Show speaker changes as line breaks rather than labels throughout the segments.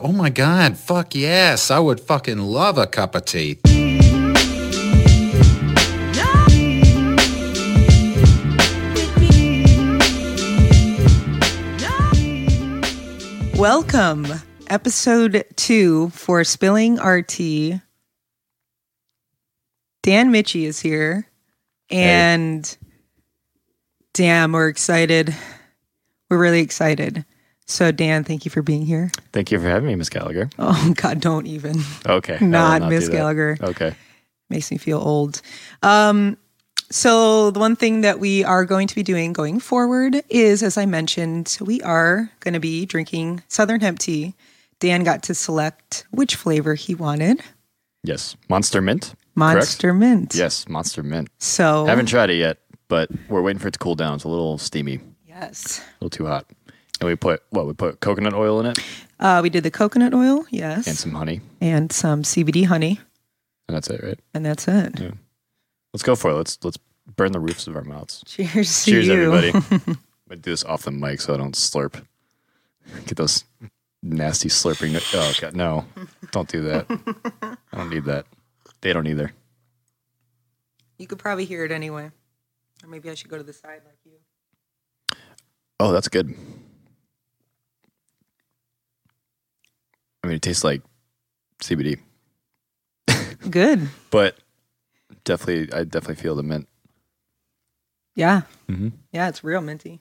Oh my God, fuck yes. I would fucking love a cup of tea.
Welcome, episode two for Spilling Our Tea. Dan Mitchie is here, and damn, we're excited. We're really excited. So, Dan, thank you for being here.
Thank you for having me, Miss Gallagher.
Oh God, don't even
Okay. I will
not,
do
Miss
that.
Gallagher.
Okay.
Makes me feel old. Um, so the one thing that we are going to be doing going forward is, as I mentioned, we are going to be drinking Southern Hemp Tea. Dan got to select which flavor he wanted.
Yes. Monster Mint. Correct?
Monster Mint.
Yes, Monster Mint.
So
Haven't tried it yet, but we're waiting for it to cool down. It's a little steamy, a
yes,
little too hot. And we put what? We put coconut oil in it
uh, we did the coconut oil. Yes,
and some honey,
and some CBD honey,
and that's it, right?
and that's it.
Let's go for it. Let's let's burn the roofs of our mouths.
Cheers. to
Cheers,
you.
everybody. I'm gonna do this off the mic so I don't slurp. Get those nasty slurping. no- Oh god, no! Don't do that. I don't need that. They don't either.
You could probably hear it anyway, or maybe I should go to the side like you.
Oh, that's good. I mean, it tastes like CBD,
Good.
but definitely, I definitely feel the mint.
Yeah.
Mhm.
Yeah, it's real minty.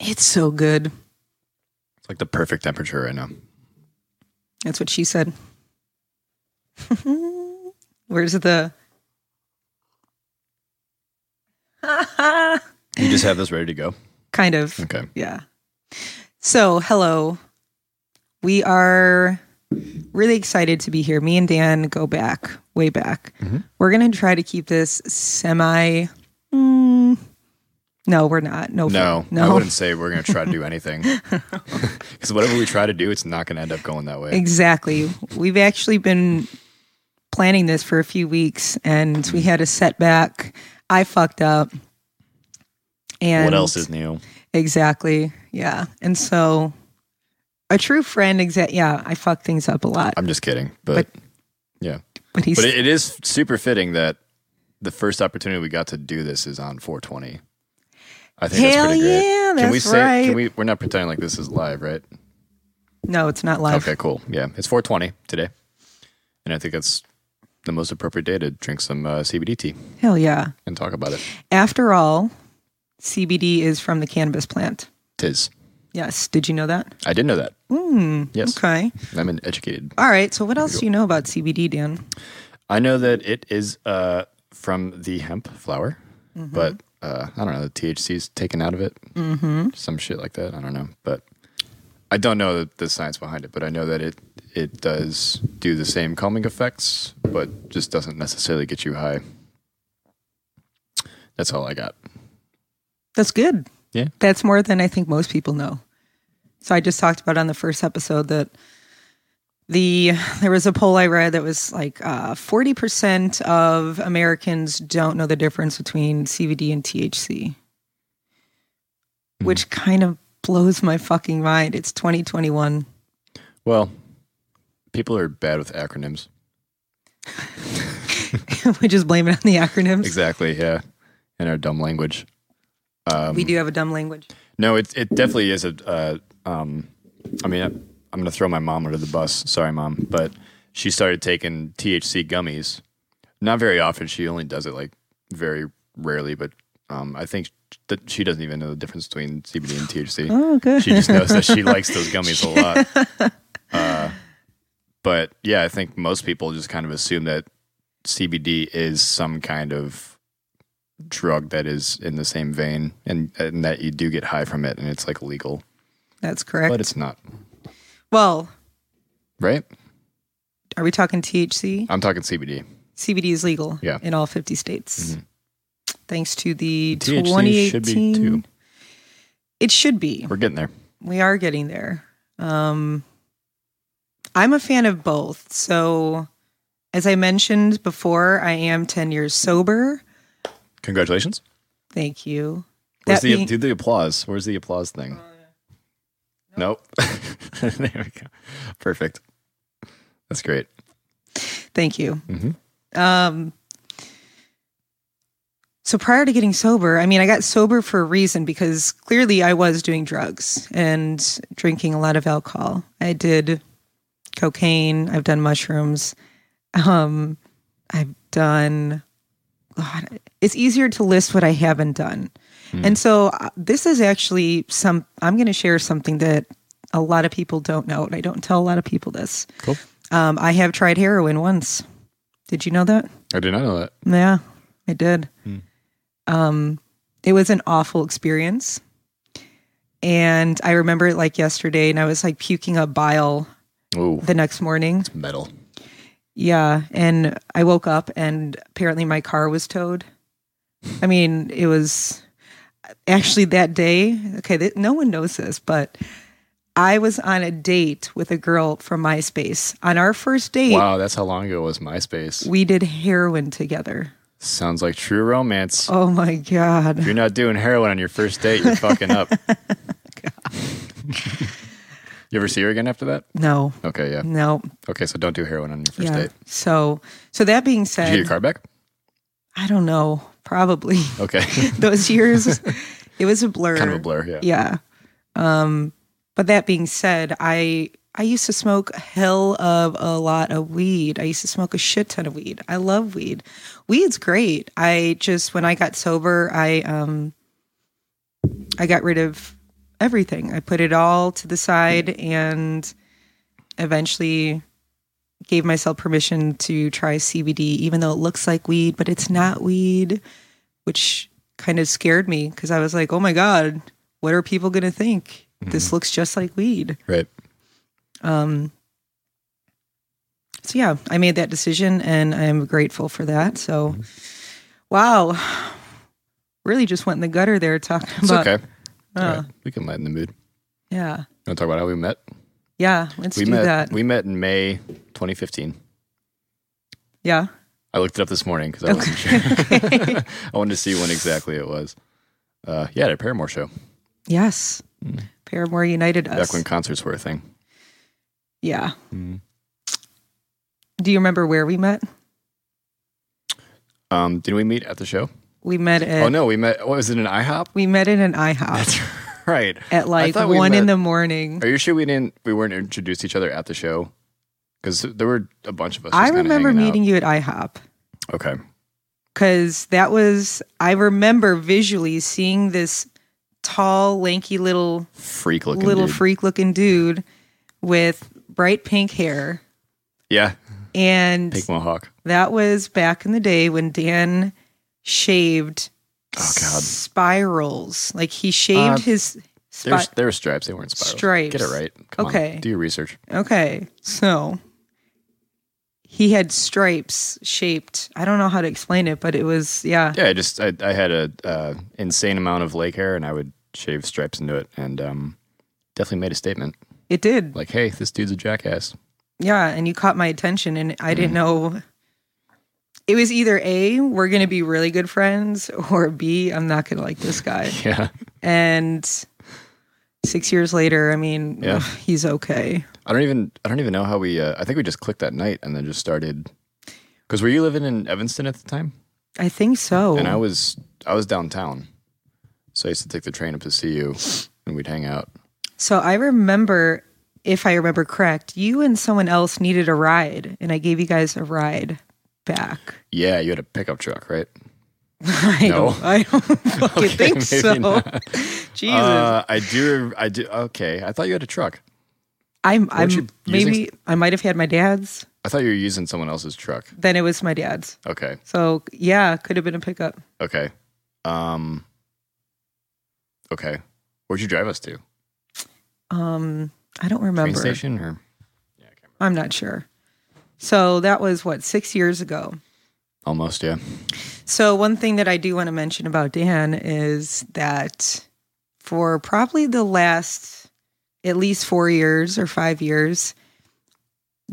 It's so good.
It's like the perfect temperature right now.
That's what she said. Where's the.
You just have this ready to go.
kind of.
Okay.
Yeah. So, hello. We are really excited to be here. Me and Dan go back, way back.
Mm-hmm.
We're going to try to keep this semi. Mm, no, we're not. No,
No, I
no.
wouldn't say we're going to try to do anything because whatever we try to do, it's not going to end up going that way.
Exactly. We've actually been planning this for a few weeks and we had a setback. I fucked up. And
what else is new?
exactly. Yeah. And so a true friend exa- yeah, I fuck things up a lot.
I'm just kidding, but, yeah,
But he's
but it, it is super fitting that the first opportunity we got to do this is on 420. I think
Hell
that's pretty great.
yeah,
can we
that's
say?
right.
Can we? We're not pretending like this is live, right?
No, it's not live.
Okay, cool. Yeah, it's 420 today, and I think that's the most appropriate day to drink some uh, CBD tea
Hell yeah.
and talk about it.
After all, CBD is from the cannabis plant.
Tis.
Yes. Did you know that?
I didn't know that.
Mm,
Yes,
Okay.
I'm an educated
All right. So what else do you know about CBD, Dan?
I know that it is uh, from the hemp flower, but uh, I don't know. The THC's taken out of it. Mm-hmm. Some shit like that. I don't know. But I don't know the, the science behind it, but I know that it, it does do the same calming effects, but just doesn't necessarily get you high. That's all I got.
That's good.
Yeah.
That's more than I think most people know. So I just talked about on the first episode that the there was a poll I read that was like uh, forty percent of Americans don't know the difference between CBD and THC,
Hmm.
which kind of blows my fucking mind. It's twenty twenty one.
Well, people are bad with acronyms.
we just blame it on the acronyms.
Exactly. Yeah. In our dumb language.
we do have a dumb language.
No, it it definitely is a. Uh, um, I mean, I, I'm going to throw my mom under the bus. Sorry, mom, but she started taking THC gummies. Not very often. She only does it like very rarely. But um, I think that she doesn't even know the difference between CBD and THC.
Oh, good.
She just knows that she likes those gummies a lot. Uh, but yeah, I think most people just kind of assume that CBD is some kind of drug that is in the same vein and, and that you do get high from it and it's like legal,
That's correct.
but it's not,
well,
right?
are we talking THC?
I'm talking CBD.
CBD is legal
Yeah. Mm-hmm.
in all 50 states. Thanks to the
THC
2018
should be too.
It should be.
We're getting there.
We are getting there. Um I'm a fan of both. So as I mentioned before, I am 10 years sober.
Congratulations.
Thank you.
Where's
That
the,
being-
do the applause. Where's the applause thing? Nope. there we go. Perfect. That's great.
Thank you.
Mhm.
Um, so prior to getting sober, I mean, I got sober for a reason because clearly I was doing drugs and drinking a lot of alcohol. I did cocaine. I've done mushrooms. Um, I've done. God, it's easier to list what I haven't done. And so uh, this is actually some. I'm going to share something that a lot of people don't know, and I don't tell a lot of people this.
Cool.
Um, I have tried heroin once. Did you know that?
I did not know that.
Yeah, I did. Um, it was an awful experience. And I remember it like yesterday, and I was like puking up bile
Oh,
the next morning.
metal.
Yeah. And I woke up, and apparently my car was towed. I mean, it was actually that day. Okay. Th- no one knows this, but I was on a date with a girl from MySpace. On our first date,
Wow, that's how long ago was MySpace.
we did heroin together.
Sounds like true romance.
Oh my God.
If you're not doing heroin on your first date, you're fucking up. you ever see her again after that?
No,
Okay, yeah.
no.
Okay, so don't do heroin on your first
Yeah.
date.
So, so that being
Did you get your
said,
car back?
I don't know, probably
Okay.
those years, it was a blur.
kind of a blur, yeah.
Yeah. Um, but that being said, I, I used to smoke a hell of a lot of weed. I used to smoke a shit ton of weed. I love weed. Weed's great. I just, when I got sober, I, um, I got rid of everything. I put it all to the side and eventually gave myself permission to try CBD, even though it looks like weed, but it's not weed, which kind of scared me because I was like, oh my God, what are people going to think? This
Mm-hmm.
looks just like weed.
Right.
Um, so, yeah, I made that decision and I'm grateful for that. So,
Mm-hmm.
wow. Really just went in the gutter there talking
It's
about.
okay. It's all
uh,
right. We can lighten the mood.
Yeah.
You want to talk about how we met?
Yeah. Let's
we
do
met.
that.
We met in May 2015.
yeah.
I looked it up this morning because I wasn't sure. I wanted to see when exactly it was. Uh, yeah, at a Paramore show
Yes.
Mm.
Paramore united
back
us.
when concerts were a thing.
yeah.
Mm.
Do you remember where we met?
Um, did we meet at the show?
We met at
Oh no, we met. What was it? An IHOP?
we met in an IHOP
That's right.
at like
thought we
one in
met-
the morning.
Are you sure we didn't? We weren't introduced to each other at the show because there were a bunch of us.
I
just kinda
remember
hanging out.
meeting you at IHOP
Okay,
because that was I remember visually seeing this tall, lanky little
freak looking
little
dude.
freak looking dude with bright pink hair.
Yeah,
And
pink mohawk.
that was back in the day when Dan shaved
Oh, God.
spirals. Like he shaved
Uh,
his
There's
spi-
there were stripes. They weren't spirals.
Stripes.
Get it right. Come on.
Okay.
Do your research.
Okay, so he had stripes shaped. I don't know how to explain it, but it was yeah.
Yeah, I just I, I had a uh, insane amount of lake hair, and I would shave stripes into it, and um, definitely made a statement
It did.
like, "Hey, this dude's a jackass."
Yeah, and you caught my attention, and I
Mm.
didn't know. It was either a we're going to be really good friends, or b I'm not going to like this guy.
Yeah,
and six years later, I mean,
Yeah.
he's okay.
I don't even I don't even know how we. Uh, I think we just clicked that night, and then just started. Because were you living in Evanston at the time?
I think so.
And I was I was downtown, so I used to take the train up to see you, and we'd hang out.
so I remember, if I remember correct, you and someone else needed a ride, and I gave you guys a ride back.
Yeah, you had a pickup truck, right?
I
No.
don't, I don't fucking
Okay,
think
maybe
so.
not.
Jesus,
Uh, I do. I do. Okay, I thought you had a truck.
I'm. I'm
you using-
maybe I might have had my dad's.
I thought you were using someone else's truck.
Then it was my dad's.
Okay.
So yeah, could have been a pickup.
Okay. Um. Okay. Where'd you drive us to?
Um, I don't
Train
remember.
station or?
I'm not sure. So that was what six years ago.
Almost, yeah.
So one thing that I do want to mention about Dan is that for probably the last at least 4 years or 5 years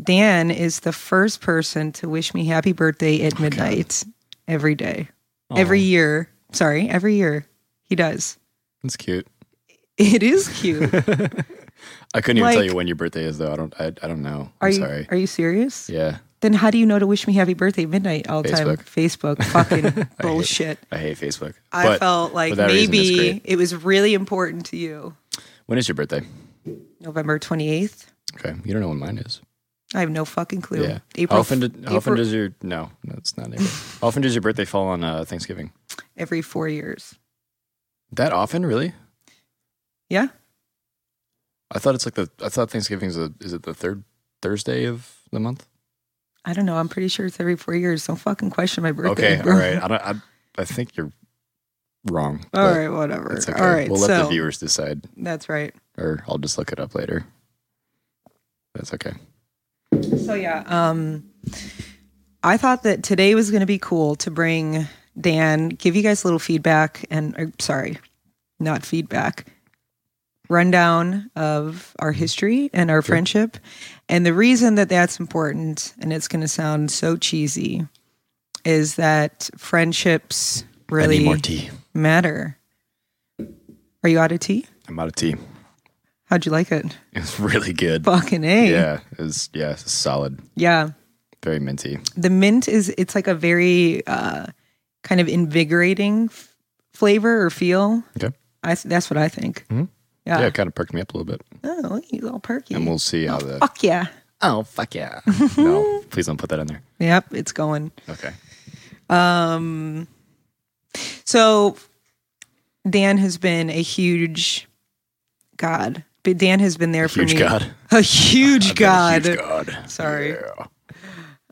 Dan is the first person to wish me happy birthday
Oh
at midnight every day. Every year. Sorry, every year. He does.
That's cute.
It is cute.
I couldn't even tell
Like-
you when your birthday is though. I don't. I, I don't know.
Are
I'm
you
sorry.
are you serious?
yeah,
Then how do you know to wish me happy birthday midnight all the time? Facebook fucking bullshit.
I hate Facebook.
I
But
felt
for
like
that reason, it's
maybe
great.
it was really important to you.
When is your birthday?
November 28th.
Okay, you don't know when mine is.
I have no fucking clue.
Yeah.
April,
how often? Did,
f-
how often
April-
does your no? That's not April. how often does your birthday fall on uh, Thanksgiving?
every four years.
That often, really?
Yeah.
I thought it's like the. I thought Thanksgiving is the. Is it the third Thursday of the month?
I don't know. I'm pretty sure it's every four years. Don't fucking question my birthday.
okay,
bro.
all right. I don't. I, I think you're wrong.
All
but
right, whatever.
That's okay.
All right,
we'll
so
let the viewers decide,
that's right.
or I'll just look it up later. That's okay.
So yeah, um, I thought that today was going to be cool to bring Dan, give you guys a little feedback, and or, sorry, not feedback, rundown of our history and our friendship, and the reason that that's important, and it's going to sound so cheesy, is that friendships
I need more
really
tea.
matter. Are you out of tea?
I'm out of tea.
How'd you like it?
It was really good.
Fucking a.
Yeah, it was. Yeah, it was solid.
Yeah.
Very minty.
The mint is it's like a very uh, kind of invigorating f- flavor or feel.
Okay.
I th- that's what I think. Yeah.
Hmm? Yeah, it kind of perked me up a little bit,
Oh, look, you little perky.
and we'll see how the.
Fuck yeah.
Oh fuck yeah! no, please don't put that in there.
Yep, it's going.
Okay.
So Dan has been a huge god. But Dan has been there for
Huge
me.
god.
A huge god.
Huge god.
Sorry.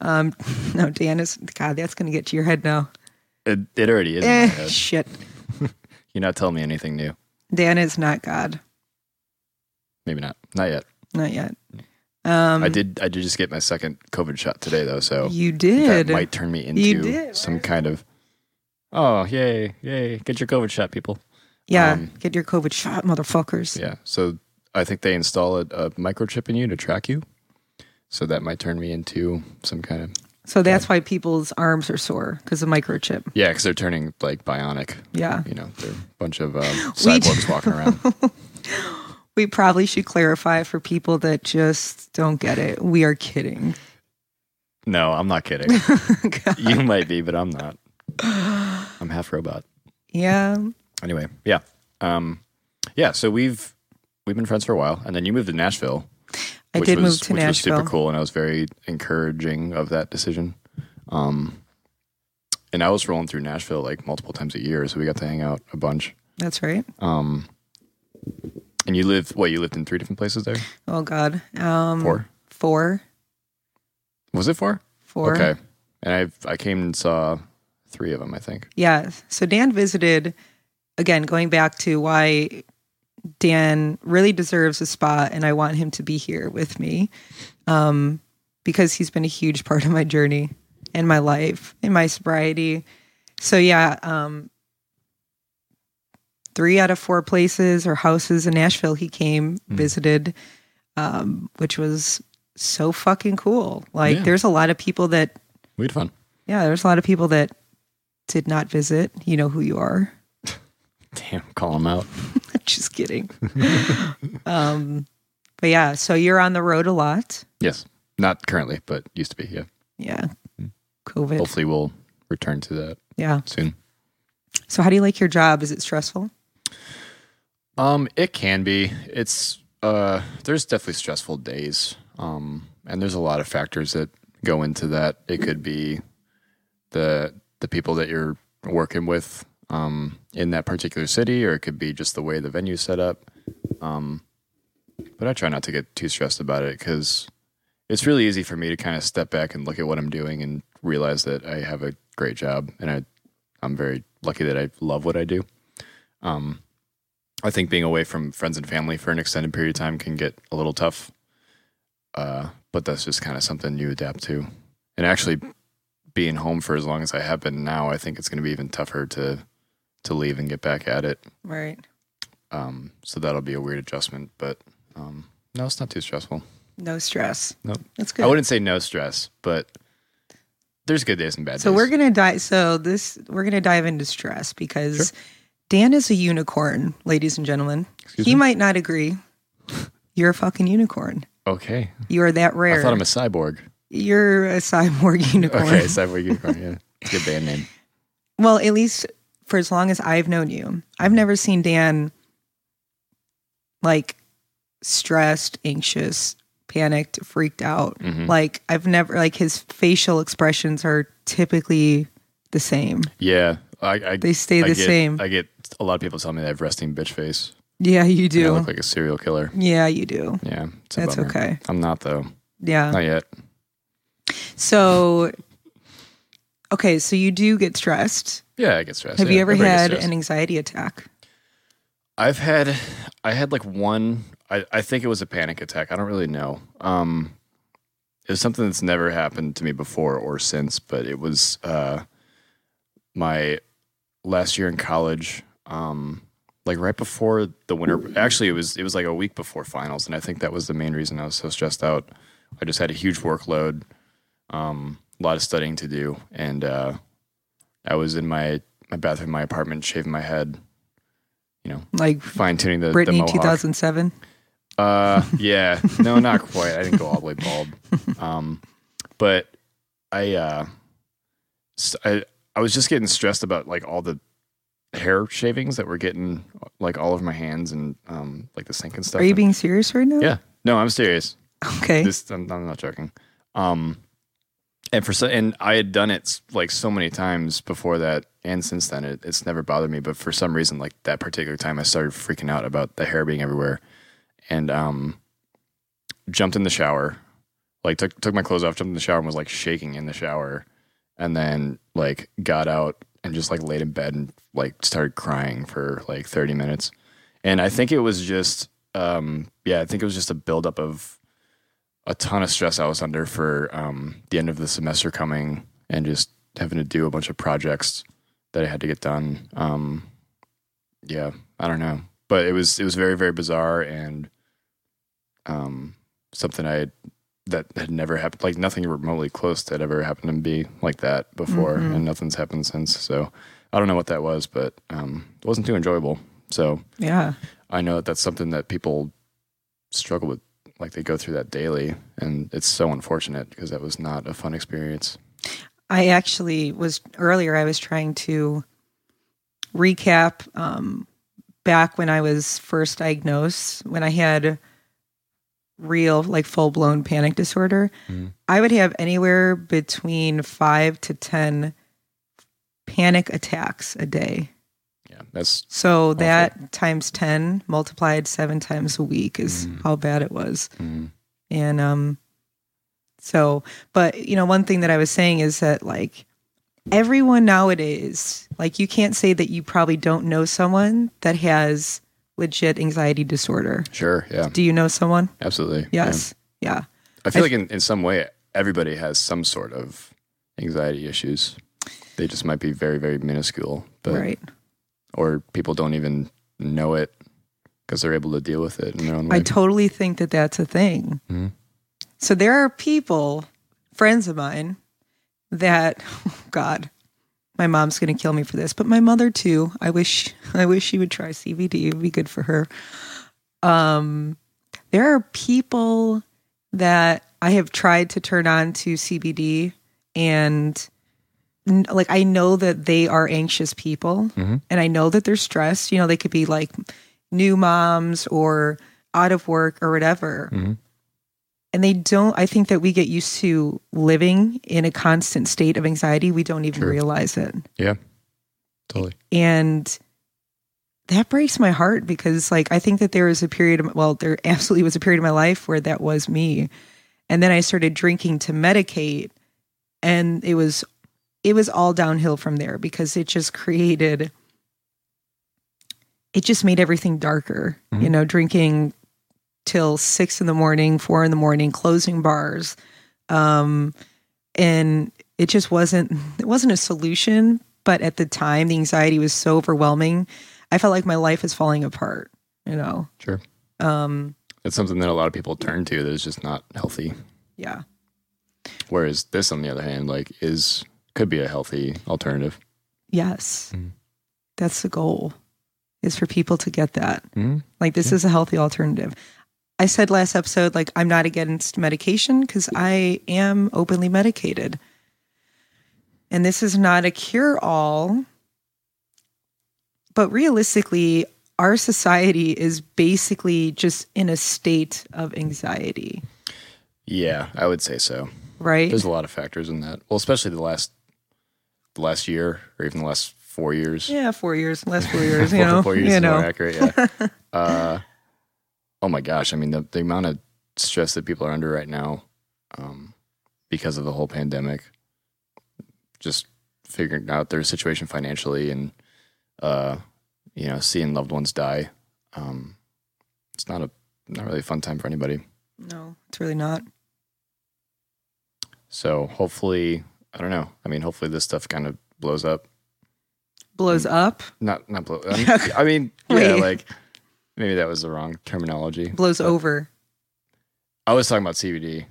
Yeah.
No, Dan is God. That's gonna get to your head now.
It, it already is. in my
Eh,
head.
shit.
You're not telling me anything new.
Dan is not God.
Maybe not. Not yet.
Not yet. Um,
I did. I did just get my second COVID shot today, though. So
You
Oh, that
did.
might turn me
You did.
into some kind of. Oh yay yay! Get your COVID shot, people.
yeah.
um,
Get your COVID shot, motherfuckers.
Yeah. So I think they install a, a microchip in you to track you. So that might turn me into some kind of
So that's why people's arms are sore because of microchip.
yeah, because they're turning like bionic.
Yeah.
You know, they're a bunch of um, cyborgs walking around.
We probably should clarify for people that just don't get it. We are kidding.
No, I'm not kidding. you might be, but I'm not. I'm half robot.
Yeah.
Anyway, yeah, um, yeah. So we've we've been friends for a while, and then you moved to Nashville.
I
which
did
was,
move to
which
Nashville.
Was super cool, and I was very encouraging of that decision. Um, and I was rolling through Nashville like multiple times a year, so we got to hang out a bunch.
That's right.
Um, and you lived what? You lived in three different places there.
Oh, God. Um,
Four?
Four.
Was it four?
Four.
Okay. And I I came and saw three of them. I think.
Yeah. So Dan visited, again, going back to why Dan really deserves a spot and I want him to be here with me um, because he's been a huge part of my journey and my life and my sobriety. So, yeah, um, three out of four places or houses in Nashville he came, visited, um, which was so fucking cool. Like,
Yeah.
there's a lot of people that
We had fun.
yeah, there's a lot of people that did not visit. You know who you are.
Damn, call them out.
Just kidding. um, but yeah, so you're on the road a lot.
Yes. Not currently, but used to be. Yeah.
Yeah. COVID.
Hopefully, Hmm. we'll return to that
Yeah.
soon.
So how do you like your job? Is it stressful?
Um, it can be. It's uh, there's definitely stressful days. Um, and there's a lot of factors that go into that. It could be the the people that you're working with um in that particular city, or it could be just the way the venue's set up. Um, but I try not to get too stressed about it because it's really easy for me to kind of step back and look at what I'm doing and realize that I have a great job and I I'm very lucky that I love what I do. Um, I think being away from friends and family for an extended period of time can get a little tough. Uh, but that's just kind of something you adapt to. And actually, being home for as long as I have been now, I think it's going to be even tougher to to leave and get back at it.
Right.
Um, so that'll be a weird adjustment. But um, no, it's not too stressful.
No stress.
Nope.
That's
I
good.
wouldn't say no stress, but there's good days and bad
So
days.
we're gonna dive so this we're gonna dive into stress because Dan is a unicorn, ladies and gentlemen. he might not agree. You're a fucking unicorn.
Okay.
You are that rare.
I thought I'm a cyborg.
You're a cyborg unicorn.
Okay, cyborg unicorn. Yeah, it's a good band name.
Well, at least for as long as I've known you,
Mm-hmm.
I've never seen Dan like stressed, anxious, panicked, freaked out.
Mhm.
Like I've never like his facial expressions are typically the same.
Yeah, I, I
They stay
I
the
get-
same.
I get a lot of people tell me that I have resting bitch face.
yeah, you
and I
do.
look like a serial killer.
yeah, you do.
Yeah, it's a
That's
bummer.
okay. Uh,
I'm not though.
Yeah.
Not yet.
So okay, so you do get stressed.
Yeah, I get stressed.
Have
Yeah,
you ever
everybody gets
had
stressed.
an anxiety attack?
I've had I had like one I, I think it was a panic attack. I don't really know. Um it was something that's never happened to me before or since, but it was uh my last year in college, um like right before the winter actually it was it was like a week before finals and I think that was the main reason I was so stressed out. I just had a huge workload, um, a lot of studying to do and uh I was in my my bathroom in my apartment shaving my head, you know,
Like
fine tuning the, the
Brittany
mohawk.
two thousand seven?
Uh, yeah, no, not quite. I didn't go all the way bald. Um, but I, uh, s- I, I was just getting stressed about like all the hair shavings that were getting like all over my hands and um, like the sink and stuff.
Are you being serious right now?
yeah, no, I'm serious.
Okay.
This I'm, I'm not joking. Um, and for so, and I had done it like so many times before that, and since then it, it's never bothered me. But for some reason, like that particular time, I started freaking out about the hair being everywhere, and um, jumped in the shower, like took took my clothes off, jumped in the shower, and was like shaking in the shower, and then like got out and just like laid in bed and like started crying for like thirty minutes, and I think it was just um, yeah, I think it was just a buildup of a ton of stress I was under for um, the end of the semester coming and just having to do a bunch of projects that I had to get done. Um, yeah, I don't know, but it was it was very very bizarre and um, something I that had never happened. Like nothing remotely close had ever happened to me like that before, and nothing's happened since. So I don't know what that was, but um, it wasn't too enjoyable. So
Yeah.
I know that that's something that people struggle with, like they go through that daily, and it's so unfortunate because that was not a fun experience.
I actually was earlier. I was trying to recap um, back when I was first diagnosed, when I had real, like full blown panic disorder.
Mhm.
I would have anywhere between five to 10 panic attacks a day.
Yeah, that's
So that times 10 multiplied seven times a week is how bad it was. And um so but you know one thing that I was saying is that like everyone nowadays like you can't say that you probably don't know someone that has legit anxiety disorder.
sure. Yeah,
Do you know someone?
absolutely.
Yes. Yeah.
Yeah. I feel like in, in some way everybody has some sort of anxiety issues. They just might be very very minuscule, but
right.
or people don't even know it because they're able to deal with it in their own way.
I totally think that that's a thing.
Mhm.
So there are people, friends of mine, that oh God, my mom's going to kill me for this, but my mother too. I wish I wish she would try CBD; it'd be good for her. Um, there are people that I have tried to turn on to CBD, and n- like I know that they are anxious people, and I know that they're stressed. You know, they could be like new moms or out of work or whatever. And they don't, I think that we get used to living in a constant state of anxiety. We don't even
Sure.
realize it.
yeah, totally.
And that breaks my heart because, like, I think that there was a period, of, well, there absolutely was a period of my life where that was me. And then I started drinking to medicate. And it was, it was all downhill from there because it just created, it just made everything darker, you know, drinking till six in the morning, four in the morning, closing bars. Um, and it just wasn't it wasn't a solution but at the time the anxiety was so overwhelming i felt like my life was falling apart you know
Sure,
um
it's something that a lot of people turn to that is just not healthy.
yeah
Whereas this, on the other hand, like is could be a healthy alternative.
yes
Mm.
that's the goal is for people to get that
Mm.
like this is a healthy alternative I said last episode, like, I'm not against medication because I am openly medicated. And this is not a cure all. But realistically, our society is basically just in a state of anxiety,
Yeah, I would say so.
right?
There's a lot of factors in that. Well, especially the last the last year or even the last four years.
Yeah, four years, last four years, you
Four-
know,
four years
you
is more
know,
accurate. Yeah. uh, oh my gosh! I mean, the, the amount of stress that people are under right now, um, because of the whole pandemic, just figuring out their situation financially and, uh, you know, seeing loved ones die. Um, it's not a not really a fun time for anybody.
no, it's really not.
So hopefully, I don't know. I mean, hopefully this stuff kind of blows up.
Blows
Mm.
up,
Not not blow.
Yeah.
I mean, yeah,
Wait.
like maybe that was the wrong terminology.
blows over.
I was talking about CBD.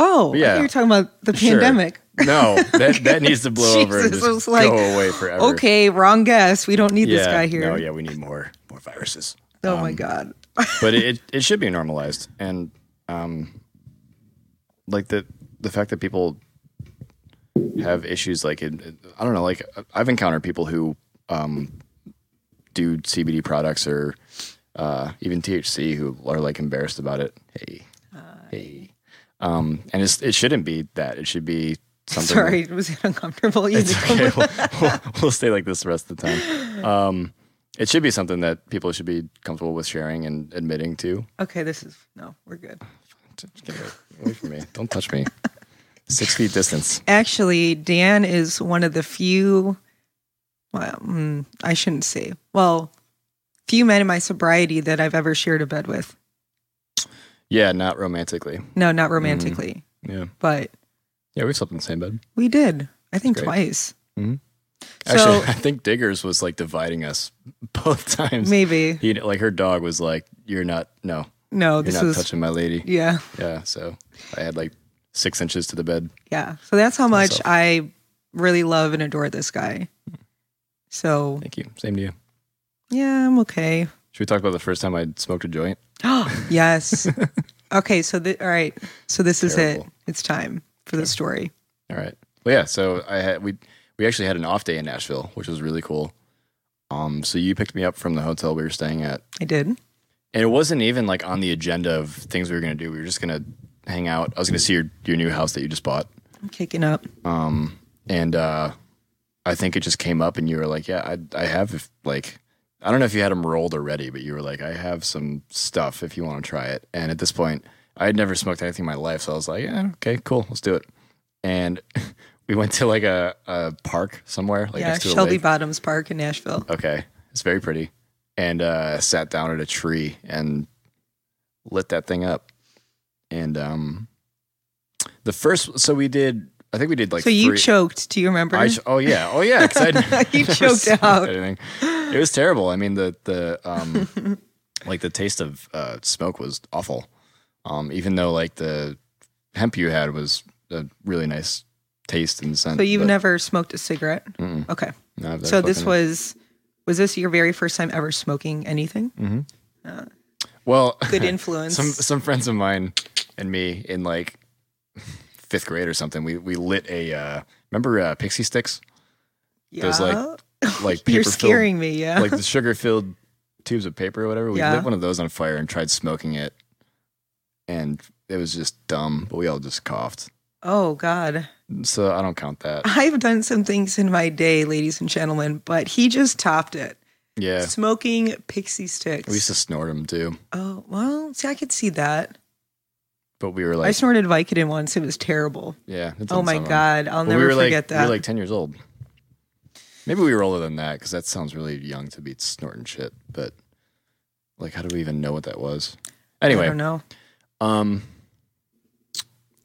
Oh,
Yeah.
yeah. you're talking about the
Sure.
pandemic.
No, that that needs to blow over and
Jesus,
just
I was like,
go away forever.
Okay, wrong guess. We don't need
yeah,
this guy here.
No, yeah, um, we need more more viruses.
Oh my god.
But it it should be normalized and um like the the fact that people have issues like in, I don't know, like I've encountered people who um do CBD products or uh even THC who are like embarrassed about it. Hey. hey. Um and it's, it shouldn't be that. It should be something
Sorry, it was uncomfortable. You
It's
just-
okay. We'll, we'll, we'll stay like this the rest of the time. Um, it should be something that people should be comfortable with sharing and admitting to.
okay, this is no, we're good.
Just Get away- away from me. Don't touch me. Six feet distance.
Actually, Dan is one of the few well, mm, I shouldn't say. Well, few men in my sobriety that I've ever shared a bed with.
Yeah, not romantically.
No, not
Mm.
romantically,
Yeah.
but
Yeah, we slept in the same bed.
we did. I think
Great.
twice.
Mhm.
So
Actually, I think Diggers was like dividing us both times.
maybe
He, like her dog was like, "You're not. No,
no,
you're
this
not
was
touching my lady."
yeah.
Yeah. So I had like six inches to the bed.
Yeah. So that's how much
myself.
I really love and adore this guy.
Hmm.
So
Thank you. Same to you.
yeah, I'm okay.
Should we talk about the first time I smoked a joint?
yes. Okay. So the, all right. So this is
Terrible.
it. It's time for the story.
All right. Well, yeah. So I had we we actually had an off day in Nashville, which was really cool. Um, so you picked me up from the hotel we were staying at,
I did.
and it wasn't even like on the agenda of things we were gonna do. We were just gonna hang out. I was gonna see your your new house that you just bought,
I'm kicking up.
um, and uh, I think it just came up, and you were like, "Yeah, I I have if, like." I don't know if you had them rolled already, but you were like, "I have some stuff if you want to try it." And at this point, I had never smoked anything in my life, so I was like, "Yeah, okay, cool, let's do it." And we went to like a, a park somewhere, like
yeah.
next to a
Shelby
lake.
Bottoms Park in Nashville.
Okay, it's very pretty. And uh, sat down at a tree and lit that thing up. And um, the first, so we did. I think we did like.
so you
three-
choked. Do you remember?
I sh- oh yeah, oh yeah. 'cause I'd-
You
never
choked
smoked
out.
anything. It was terrible. I mean the the um, like the taste of uh, smoke was awful. Um, even though like the hemp you had was a really nice taste and scent.
so you've
but-
never smoked a cigarette.
Mm-mm.
Okay.
No, I've never
So this
fucking-
was was this your very first time ever smoking anything?
Mm-hmm. well
Uh, Good influence.
some some friends of mine and me in like fifth grade or something. We we lit a uh, remember uh, pixie sticks there's, like, like
You're
paper filled
scaring me. Yeah.
like the sugar filled tubes of paper or whatever. We
Yeah.
lit one of those on fire and tried smoking it, and it was just dumb. But we all just coughed,
oh God.
so I don't count that.
I've done some things in my day, ladies and gentlemen, but he just topped it.
Yeah,
Smoking pixie sticks.
we used to snort them too,
oh, well, see, I could see that.
but we were
I
like,
snorted Vicodin once. It was terrible.
yeah. that
Oh
doesn't
my
sound right.
God. I'll
But
never
we were
forget
like,
that.
We were like ten years old. Maybe we were older than that because that sounds really young to be snorting shit. But like, how do we even know what that was?
I
Anyway,
don't know.
Um,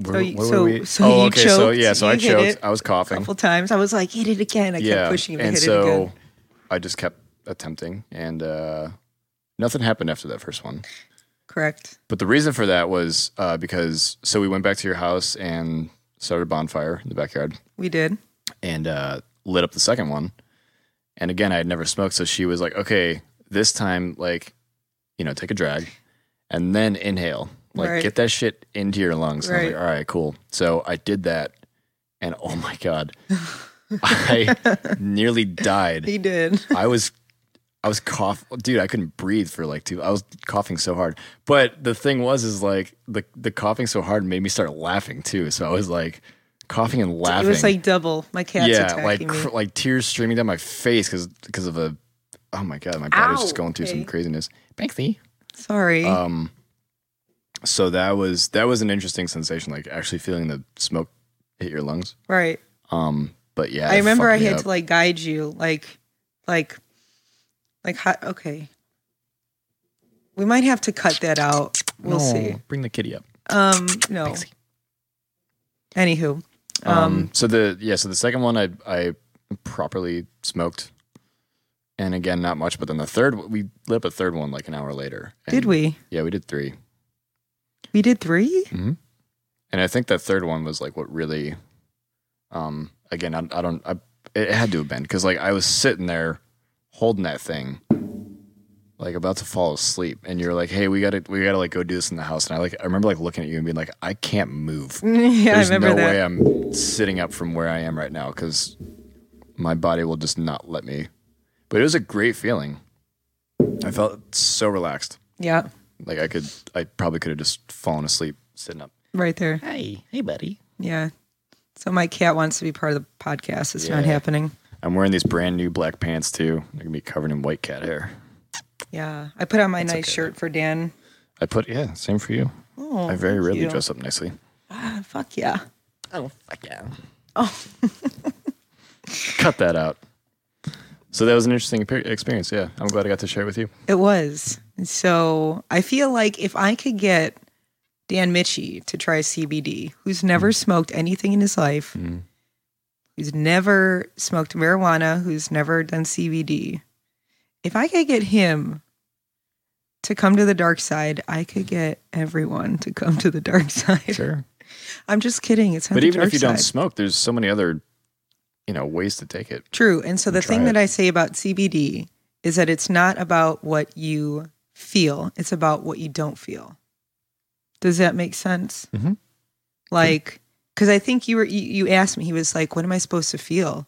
where,
So you-
where
so-
were we?
so
oh,
you
okay. so
choked,
yeah, so
you
I
hit
choked.
it
I was
A
coughing.
couple times. I was like, hit it again. I
yeah,
kept pushing him to
and
hit
so
it again.
I just kept attempting, and uh, nothing happened after that first one.
Correct.
But the reason for that was uh, because so we went back to your house and started a bonfire in the backyard
We did.
and uh, lit up the second one. And again, I had never smoked, so she was like, "Okay, this time, like, you know, take a drag." and then inhale. Like
Right.
get that shit into your lungs. And I was
Right.
like, all right, cool. So I did that, and oh my god, I nearly died.
He did.
I was, I was cough, dude. I couldn't breathe for like two. I was coughing so hard. But the thing was, is like the the coughing so hard made me start laughing too. So I was like coughing and
It
laughing
was like double. My cat's
yeah, like
attacking me.
cr- like tears streaming down my face because because of a oh my god, my body's just
Ow.
going through some
Okay.
craziness. Banksy.
Sorry.
Um, so that was that was an interesting sensation, like actually feeling the smoke hit your lungs.
right.
Um, but yeah,
I
it
remember
fucked
I
me
had
up.
to like guide you, like, like, like hot. Okay, we might have to cut that out. We'll
No,
see.
Bring the kitty up.
Um, no.
Banksy.
Anywho,
Um,
um,
so the yeah, so the second one I I properly smoked, and again not much. But then the third we lit up a third one like an hour later.
did
and-
we?
Yeah, we did three.
We did three.
And I think that third one was like what really, um, again, I, I don't, I, it had to have been because like I was sitting there holding that thing, like about to fall asleep, and you're like, hey, we gotta, we gotta like go do this in the house, and I like, I remember like looking at you and being like, I can't move.
yeah, I
There's
remember
no
that.
way I'm sitting up from where I am right now because my body will just not let me. But it was a great feeling. I felt so relaxed.
Yeah,
Like I could, I probably could have just fallen asleep sitting up.
right there.
Hey, hey, buddy.
Yeah. So my cat wants to be part of the podcast. It's not
Yeah.
happening.
I'm wearing these brand new black pants too. They're gonna be covered in white cat hair.
Yeah, I put on my nice shirt for Dan.
I put yeah, same for you.
Oh,
I very rarely
you.
dress up nicely.
Ah, fuck yeah.
Oh fuck yeah.
Oh.
Cut that out. So that was an interesting pe- experience. Yeah, I'm glad I got to share it with you.
It was. So I feel like if I could get Dan Mitchie to try CBD, who's
Mm.
never smoked anything in his life, who's never smoked marijuana, who's never done CBD, if I could get him to come to the dark side, I could get everyone to come to the dark side.
Sure.
I'm just kidding. It's not
but
the
even
dark
if you don't
side.
smoke, there's so many other, you know, ways to take it.
True. And so the
Try
thing
it.
that I say about CBD is that it's not about what you feel, it's about what you don't feel. Does that make sense?
Mhm.
Like, because I think you were, you, you asked me, he was like, what am I supposed to feel?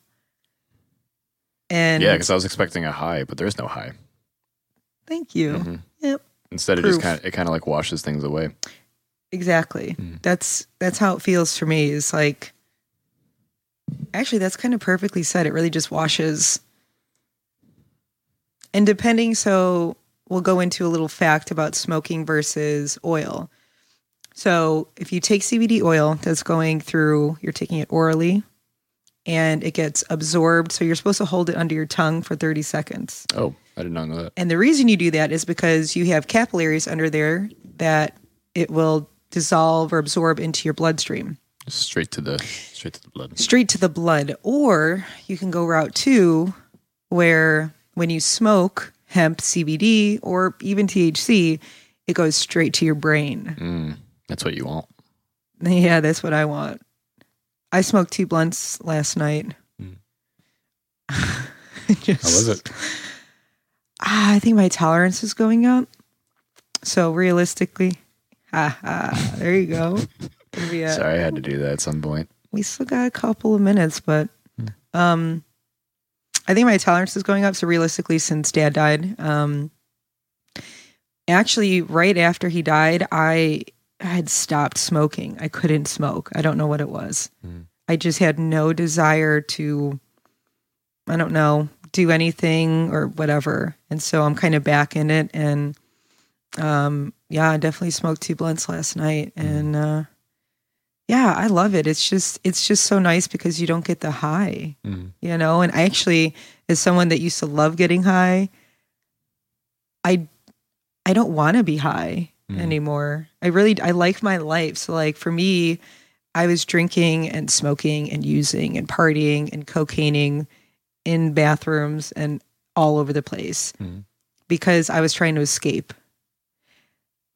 And
yeah, because I was expecting a high, but there's no high.
thank you.
Mhm.
Yep.
Instead, it just
Proof.
kind of it kind of like washes things away.
Exactly. That's that's how it feels for me. Is like actually that's kind of perfectly said. It really just washes. And depending, so we'll go into a little fact about smoking versus oil. So if you take CBD oil that's going through, you're taking it orally and it gets absorbed. So you're supposed to hold it under your tongue for 30 seconds.
Oh, I did not know that.
And the reason you do that is because you have capillaries under there that it will dissolve or absorb into your bloodstream,
Straight to the straight to the blood.
straight to the blood. Or you can go route two, where when you smoke hemp, CBD, or even THC, it goes straight to your brain.
Mm, that's what you want.
Yeah, that's what I want. I smoked two blunts last night. Just-
Mm. How was it?
Ah, I think my tolerance is going up. So realistically, ha ha, there you go. Yeah,
Sorry, I had to do that at some point.
we still got a couple of minutes, but um, I think my tolerance is going up. So realistically, since Dad died, um, actually, right after he died, I had stopped smoking. I couldn't smoke. I don't know what it was. I just had no desire to, I don't know, do anything or whatever. And so I'm kind of back in it. And um, yeah, I definitely smoked two blunts last night. And uh, yeah, I love it. It's just, it's just so nice because you don't get the high,
Mhm.
you know? And I actually, as someone that used to love getting high, I, I don't want to be high anymore. I really, I like my life. So like for me, I was drinking and smoking and using and partying and cocaining in bathrooms and all over the place
Mhm.
because I was trying to escape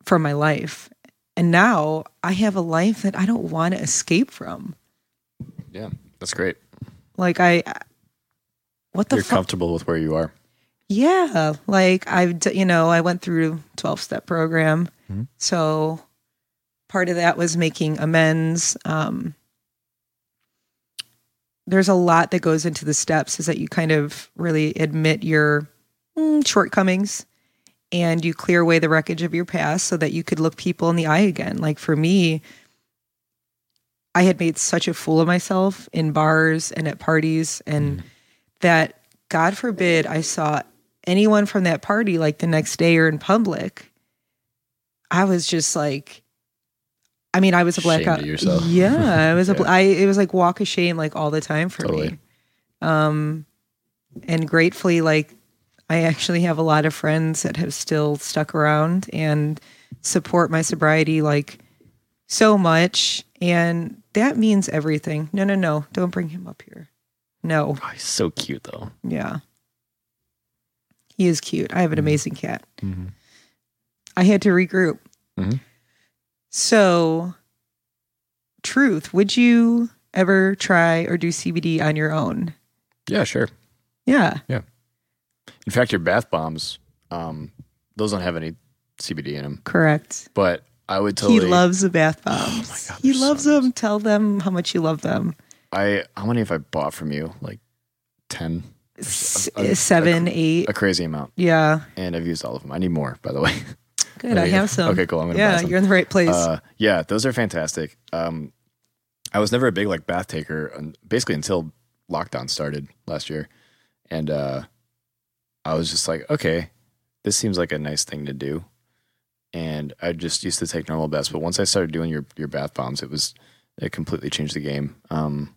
from my life. And now I have a life that I don't want to escape from.
Yeah, that's great.
Like I what the
You're
fuck?
comfortable with where you are.
Yeah, like I've d- you know I went through twelve step program.
Hmm.
So part of that was making amends. Um, there's a lot that goes into the steps is that you kind of really admit your mm, shortcomings and you clear away the wreckage of your past so that you could look people in the eye again. Like for me, I had made such a fool of myself in bars and at parties,
Mm.
and that God forbid I saw anyone from that party like the next day or in public. I was just like, I mean, I was a
Ashamed
blackout.
of yourself.
Yeah, I was a.
Yeah.
Bl- I it was like walk of shame like all the time for me.
Totally.
Um, and gratefully, like I actually have a lot of friends that have still stuck around and support my sobriety like so much. And that means everything. No, no, no. Don't bring him up here. No.
Oh, he's so cute though.
Yeah. He is cute. I have an
Mm.
amazing cat.
Mm-hmm.
I had to regroup.
Mhm.
So, truth, would you ever try or do CBD on your own?
Yeah, sure.
Yeah.
In fact, your bath bombs, um, those don't have any CBD in them.
Correct.
But I would totally. Oh
He loves the bath bombs.
God,
he
they're so
loves them. Tell them how much you love them.
I how many have I bought from you? Like ten,
S- uh,
a- a-
seven, eight.
a crazy amount,
yeah.
and I've used all of them. I need more, by the way.
Good. I
Okay,
have some.
okay, cool. I'm gonna buy
Yeah,
some.
you're in the right place.
Uh, yeah, those are fantastic. Um, I was never a big like bath taker, un- basically until lockdown started last year, and uh, I was just like, okay, this seems like a nice thing to do, and I just used to take normal baths, but once I started doing your your bath bombs, it was it completely changed the game. Um,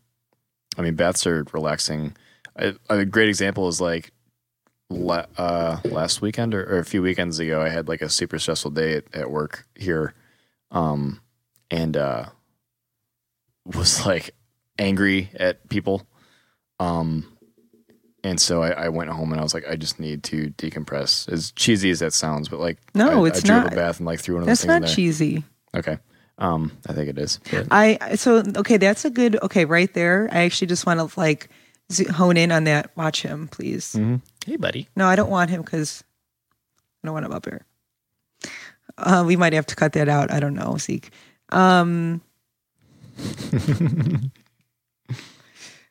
I mean, baths are relaxing. I, a great example is like la- uh, last weekend or, or a few weekends ago, I had like a super stressful day at, at work here, um, and uh, was like angry at people. Um, and so I, I went home and I was like, I just need to decompress. As cheesy as that sounds, but like,
No,
I,
it's
I drew up
not.
a bath and like threw one of those
That's
things in
not
there.
cheesy.
Okay. Um, I think it is. but-
I so okay. That's a good okay right there. I actually just want to like zo- hone in on that. Watch him, please.
Hey, buddy.
No, I don't want him because I don't want him up here. Uh, we might have to cut that out. I don't know, Zeke. Um,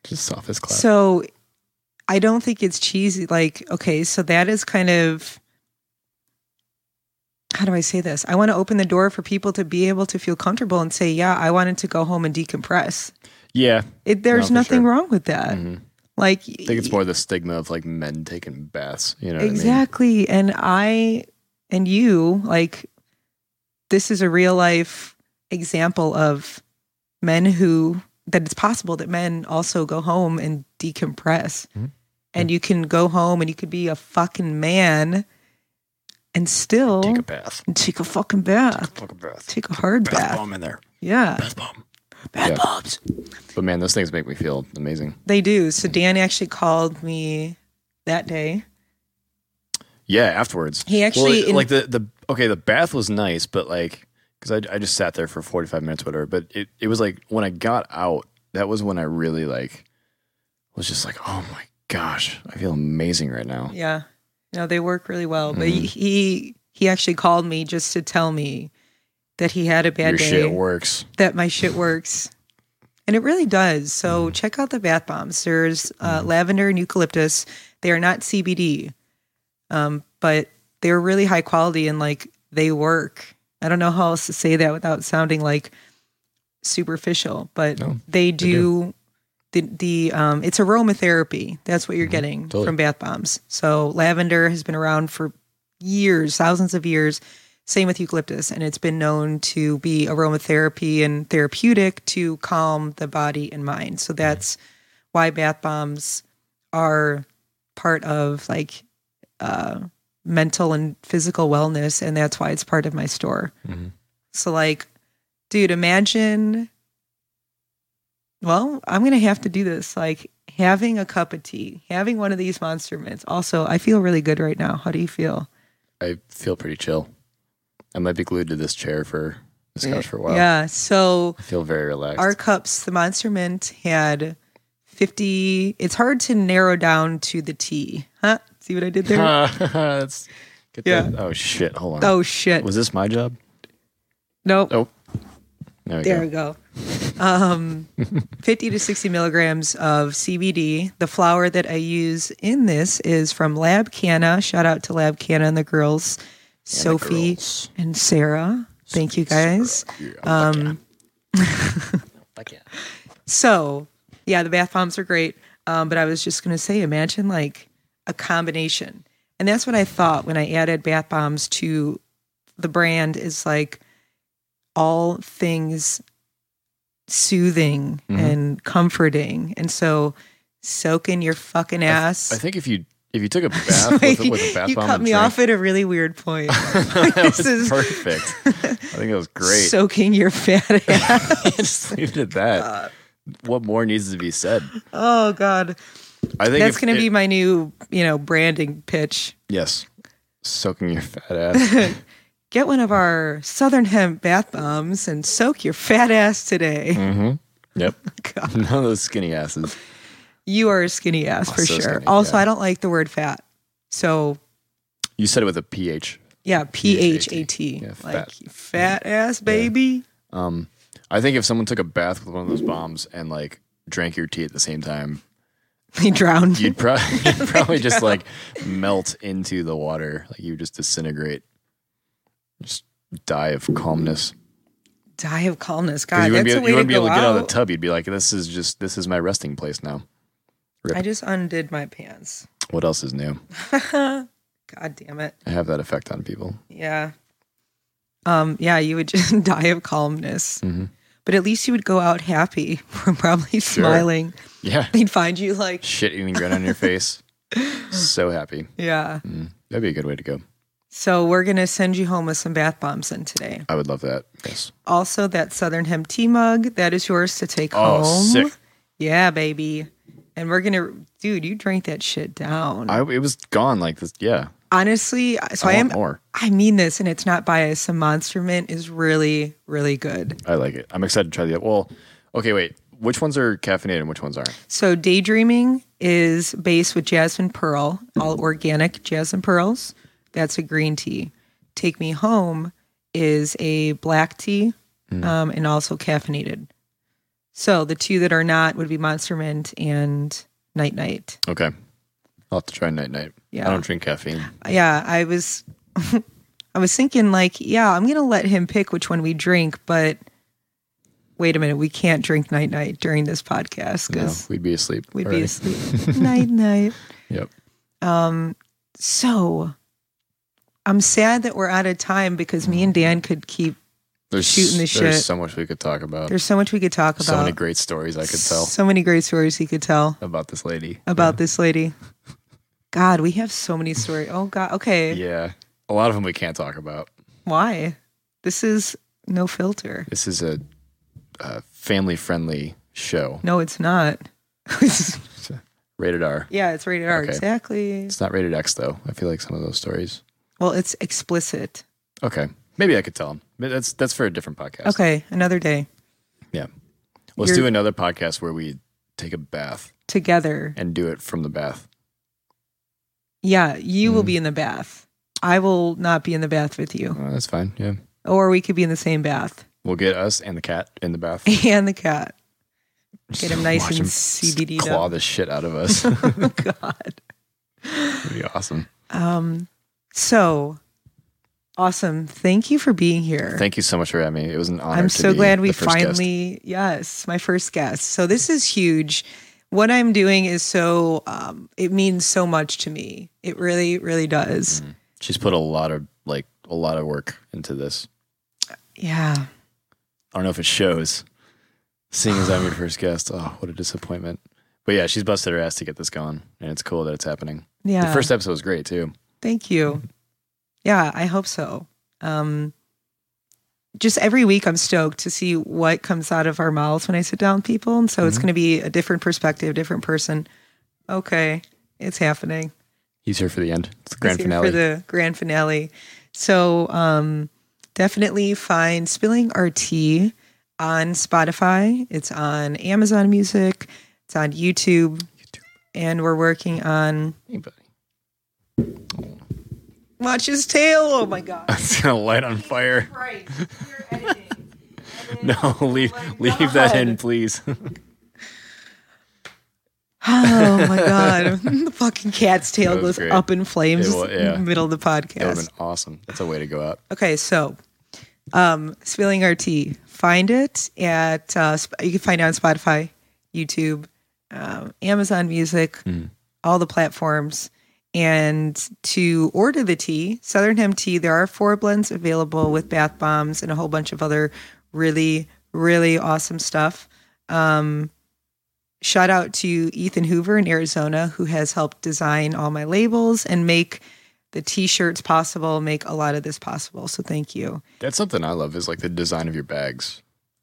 Just softest clap.
So I don't think it's cheesy. Like, okay, so that is kind of how do I say this? I want to open the door for people to be able to feel comfortable and say, yeah, I wanted to go home and decompress.
yeah.
It, there's
for
nothing
sure.
wrong with that.
Mhm.
Like,
I think it's more the stigma of like men taking baths. You know
exactly. And I and you, like, this is a real life example of men who that it's possible that men also go home and decompress.
Hmm?
And you can go home and you could be a fucking man and still
what I mean?
take
Take a
a,
bath.
fucking bath.
Fuck a bath.
Take a hard
Bath,
bath.
bomb in there.
Yeah.
Bath bomb.
Bath
Yeah.
bombs.
But man, those things make me feel amazing.
They do. So Dan actually called me that day.
Yeah. Afterwards,
He actually
Well,
in-
like the the okay. The bath was nice, but like because I I just sat there for forty five minutes, whatever. But it it was like when I got out, that was when I really like was just like, oh my gosh, I feel amazing right now.
Yeah. No, they work really well.
Hmm.
But he he actually called me just to tell me that he had a bad
Your
day,
shit works.
that my shit works. And it really does. So check out the bath bombs. There's uh,
Mm-hmm.
lavender and eucalyptus. They are not CBD, um, but they're really high quality and like they work. I don't know how else to say that without sounding like superficial, but
No,
they do. The, the um, it's aromatherapy. That's what you're getting
Mm-hmm. totally.
from bath bombs. So lavender has been around for years, thousands of years. Same with eucalyptus, and it's been known to be aromatherapy and therapeutic to calm the body and mind. So that's why bath bombs are part of like uh, mental and physical wellness, and that's why it's part of my store.
Mhm.
So, like, dude, imagine. Well, I'm gonna have to do this. Like having a cup of tea, having one of these monster mints. Also, I feel really good right now. How do you feel?
I feel pretty chill. I might be glued to this chair for this couch for a while.
Yeah. So
I feel very relaxed.
our cups, the Monster Mint had 50. It's hard to narrow down to the tea. Huh? See what I did there?
That's- get
Yeah.
that- Oh shit! Hold on.
oh, shit.
Was this my job?
Nope.
Oh, there we
There we
go.
go. Um, 50 to 60 milligrams of CBD. The flower that I use in this is from Lab Canna. Shout out to Lab Canna and the girls, Sophie
girls.
and Sarah. Thank you guys.
Yeah, fuck yeah.
Um, So, yeah, the bath bombs are great. Um, but I was just going to say, imagine like a combination. And that's what I thought when I added bath bombs to the brand is like all things soothing
Mm-hmm.
and comforting. And so, soak in your fucking ass.
I think if you if you took a bath with, a- with a bath
you
bomb
cut
and
me
drank-
off at a really weird point.
that was
This is-
perfect. I think that was great.
Soaking your fat ass.
Just leave
Uh,
it at that. What more needs to be said?
oh God,
I think
that's
if
going to
it-
be my new, you know, branding pitch.
yes, soaking your fat ass.
Get one of our Southern Hemp bath bombs and soak your fat ass today.
Mm-hmm. yep,
God,
none of those skinny asses.
you are a skinny ass for
so
sure.
skinny,
also,
yeah.
I don't like the word fat. So,
You said it with a ph.
yeah, P H A T.
Yeah,
Like,
fat.
fat, ass, baby.
Um, I think if someone took a bath with one of those bombs and like drank your tea at the same time,
He drowned.
you'd, pro- you'd probably just like melt into the water. Like you would just disintegrate, just die of calmness.
Die of calmness.
'Cause
God,
you
that's
wouldn't be,
a way
you
to
wouldn't be
go
able to get out of the
out.
tub. You'd be like, this is just this is my resting place now.
I just undid my pants.
What else is new?
God damn it.
I have that effect on people.
Yeah. Um, yeah, you would just die of calmness.
Mm-hmm.
But at least you would go out happy, probably smiling.
Yeah.
They'd find you like,
Shit eating grin on your face. So happy.
yeah.
That'd be a good way to go.
So we're gonna send you home with some bath bombs in today.
I would love that. Yes.
Also, that Southern Hemp tea mug that is yours to take
Oh,
home.
sick.
Yeah, baby. And we're gonna, dude, you drank that shit down.
I, it was gone like this. Yeah.
Honestly, so I,
I,
am.
want more.
I mean this, and it's not biased. The Monster Mint is really, really good.
I like it. I'm excited to try the well. Okay, wait. Which ones are caffeinated and which ones aren't?
So, Daydreaming is based with jasmine pearl, all organic jasmine pearls. That's a green tea. Take Me Home is a black tea um, and also caffeinated. So, the two that are not would be Monster Mint and Night Night.
Okay. I'll have to try night night.
Yeah.
I don't drink caffeine.
Yeah, I was. I was thinking, like, yeah, I'm gonna let him pick which one we drink, but wait a minute, we can't drink night night during this podcast
No,
because
we'd be asleep.
we'd
already.
be asleep. night night.
Yep.
Um, So I'm sad that we're out of time because me and Dan could keep
There's
Shooting the
there's
shit.
so much we could talk about.
there's so much we could talk about.
so many great stories I could tell
So many great stories he could tell
about this lady.
about this lady. God, we have so many stories. Oh god. Okay.
Yeah. A lot of them we can't talk about.
Why? This is no filter.
This is a, a family friendly show.
No, it's not.
Rated R.
yeah, it's rated R.
Okay.
Exactly.
It's not rated X though. I feel like some of those stories.
Well, it's explicit.
Okay, maybe I could tell them. But that's that's for a different podcast.
Okay, another day
Yeah, let's
You're-
do another podcast where we take a bath
together.
and do it from the bath.
Yeah, you
Mm.
will be in the bath. I will not be in the bath with you.
Oh, that's fine. Yeah,
Or we could be in the same bath.
we'll get us and the cat in the bath.
and the cat. Get him nice
Watch
and
him
CBD
Claw
up.
the shit out of us. It'd
Oh God. Um,
be awesome.
So awesome. Thank you for being here.
Thank you so much for having me. It was an honor.
I'm
to
so
be
glad
the
we
first guest.
finally, yes, my first guest. So this is huge. What I'm doing is so, um, it means so much to me. It really, really does.
She's put a lot of like a lot of work into this.
Yeah.
I don't know if it shows, seeing as I'm your first guest. Oh, what a disappointment. But yeah, she's busted her ass to get this going, and it's cool that it's happening.
Yeah.
The first episode was great too.
Thank you. Yeah, I hope so. Um, just every week, I'm stoked to see what comes out of our mouths when I sit down with people. And so it's
Mm-hmm.
going to be a different perspective, different person. Okay, it's happening.
He's here for the end. It's the grand
It's here
finale.
For the grand finale. So um, definitely find Spilling Our Tea on Spotify. It's on Amazon Music. It's on YouTube. And we're working on
Anybody.
Watch his tail. Oh my god.
It's gonna light on fire.
Right. You're editing.
No, leave leave that in, please.
Oh my god. the fucking cat's tail
That was
goes
great.
up in flames
It wa- yeah.
in the middle of the
That would have
podcast.
been awesome. That's a way to go out.
Okay, so um spilling RT. Find it at uh Sp- you can find it on Spotify, YouTube, um, Amazon Music, all the platforms. And to order the tea, Southern Hem Tea, there are four blends available with bath bombs and a whole bunch of other really, really awesome stuff. Um, shout out to Ethan Hoover in Arizona, who has helped design all my labels and make the t-shirts possible, make a lot of this possible. So thank you.
That's something I love is like the design of your bags.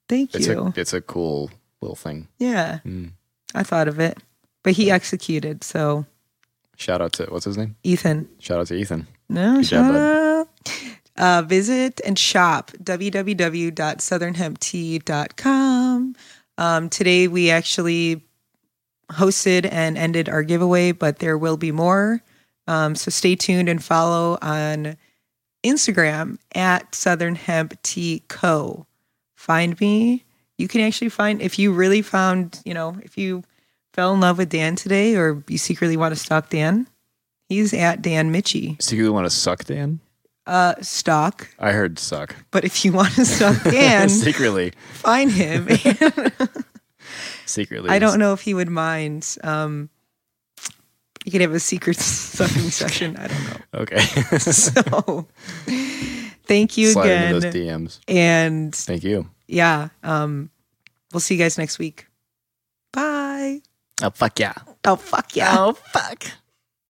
Thank
It's
you.
a it's a cool little thing.
yeah.
Mm.
I thought of it. But he executed. So
Shout out to what's his name?
Ethan.
Shout out to Ethan.
No,
Good job,
shut
bud.
up. Uh, visit and shop www.southernhemptea.com. Um, today we actually hosted and ended our giveaway, but there will be more. Um, so stay tuned and follow on Instagram at Southern Hemp Tea Co. Find me. You can actually find if you really found, you know, if you fell in love with Dan today or you secretly want to stalk Dan, he's at Dan Mitchie
So you want to suck Dan?
uh stock
I heard suck.
but if you want to stalk dan
secretly.
find him
Secretly.
i don't know if he would mind um you could have a secret sucking session i don't know
Okay.
so thank you
Slide into those
again
DMs.
and
Thank you.
yeah um we'll see you guys next week bye
Oh fuck yeah.
oh fuck yeah
fuck.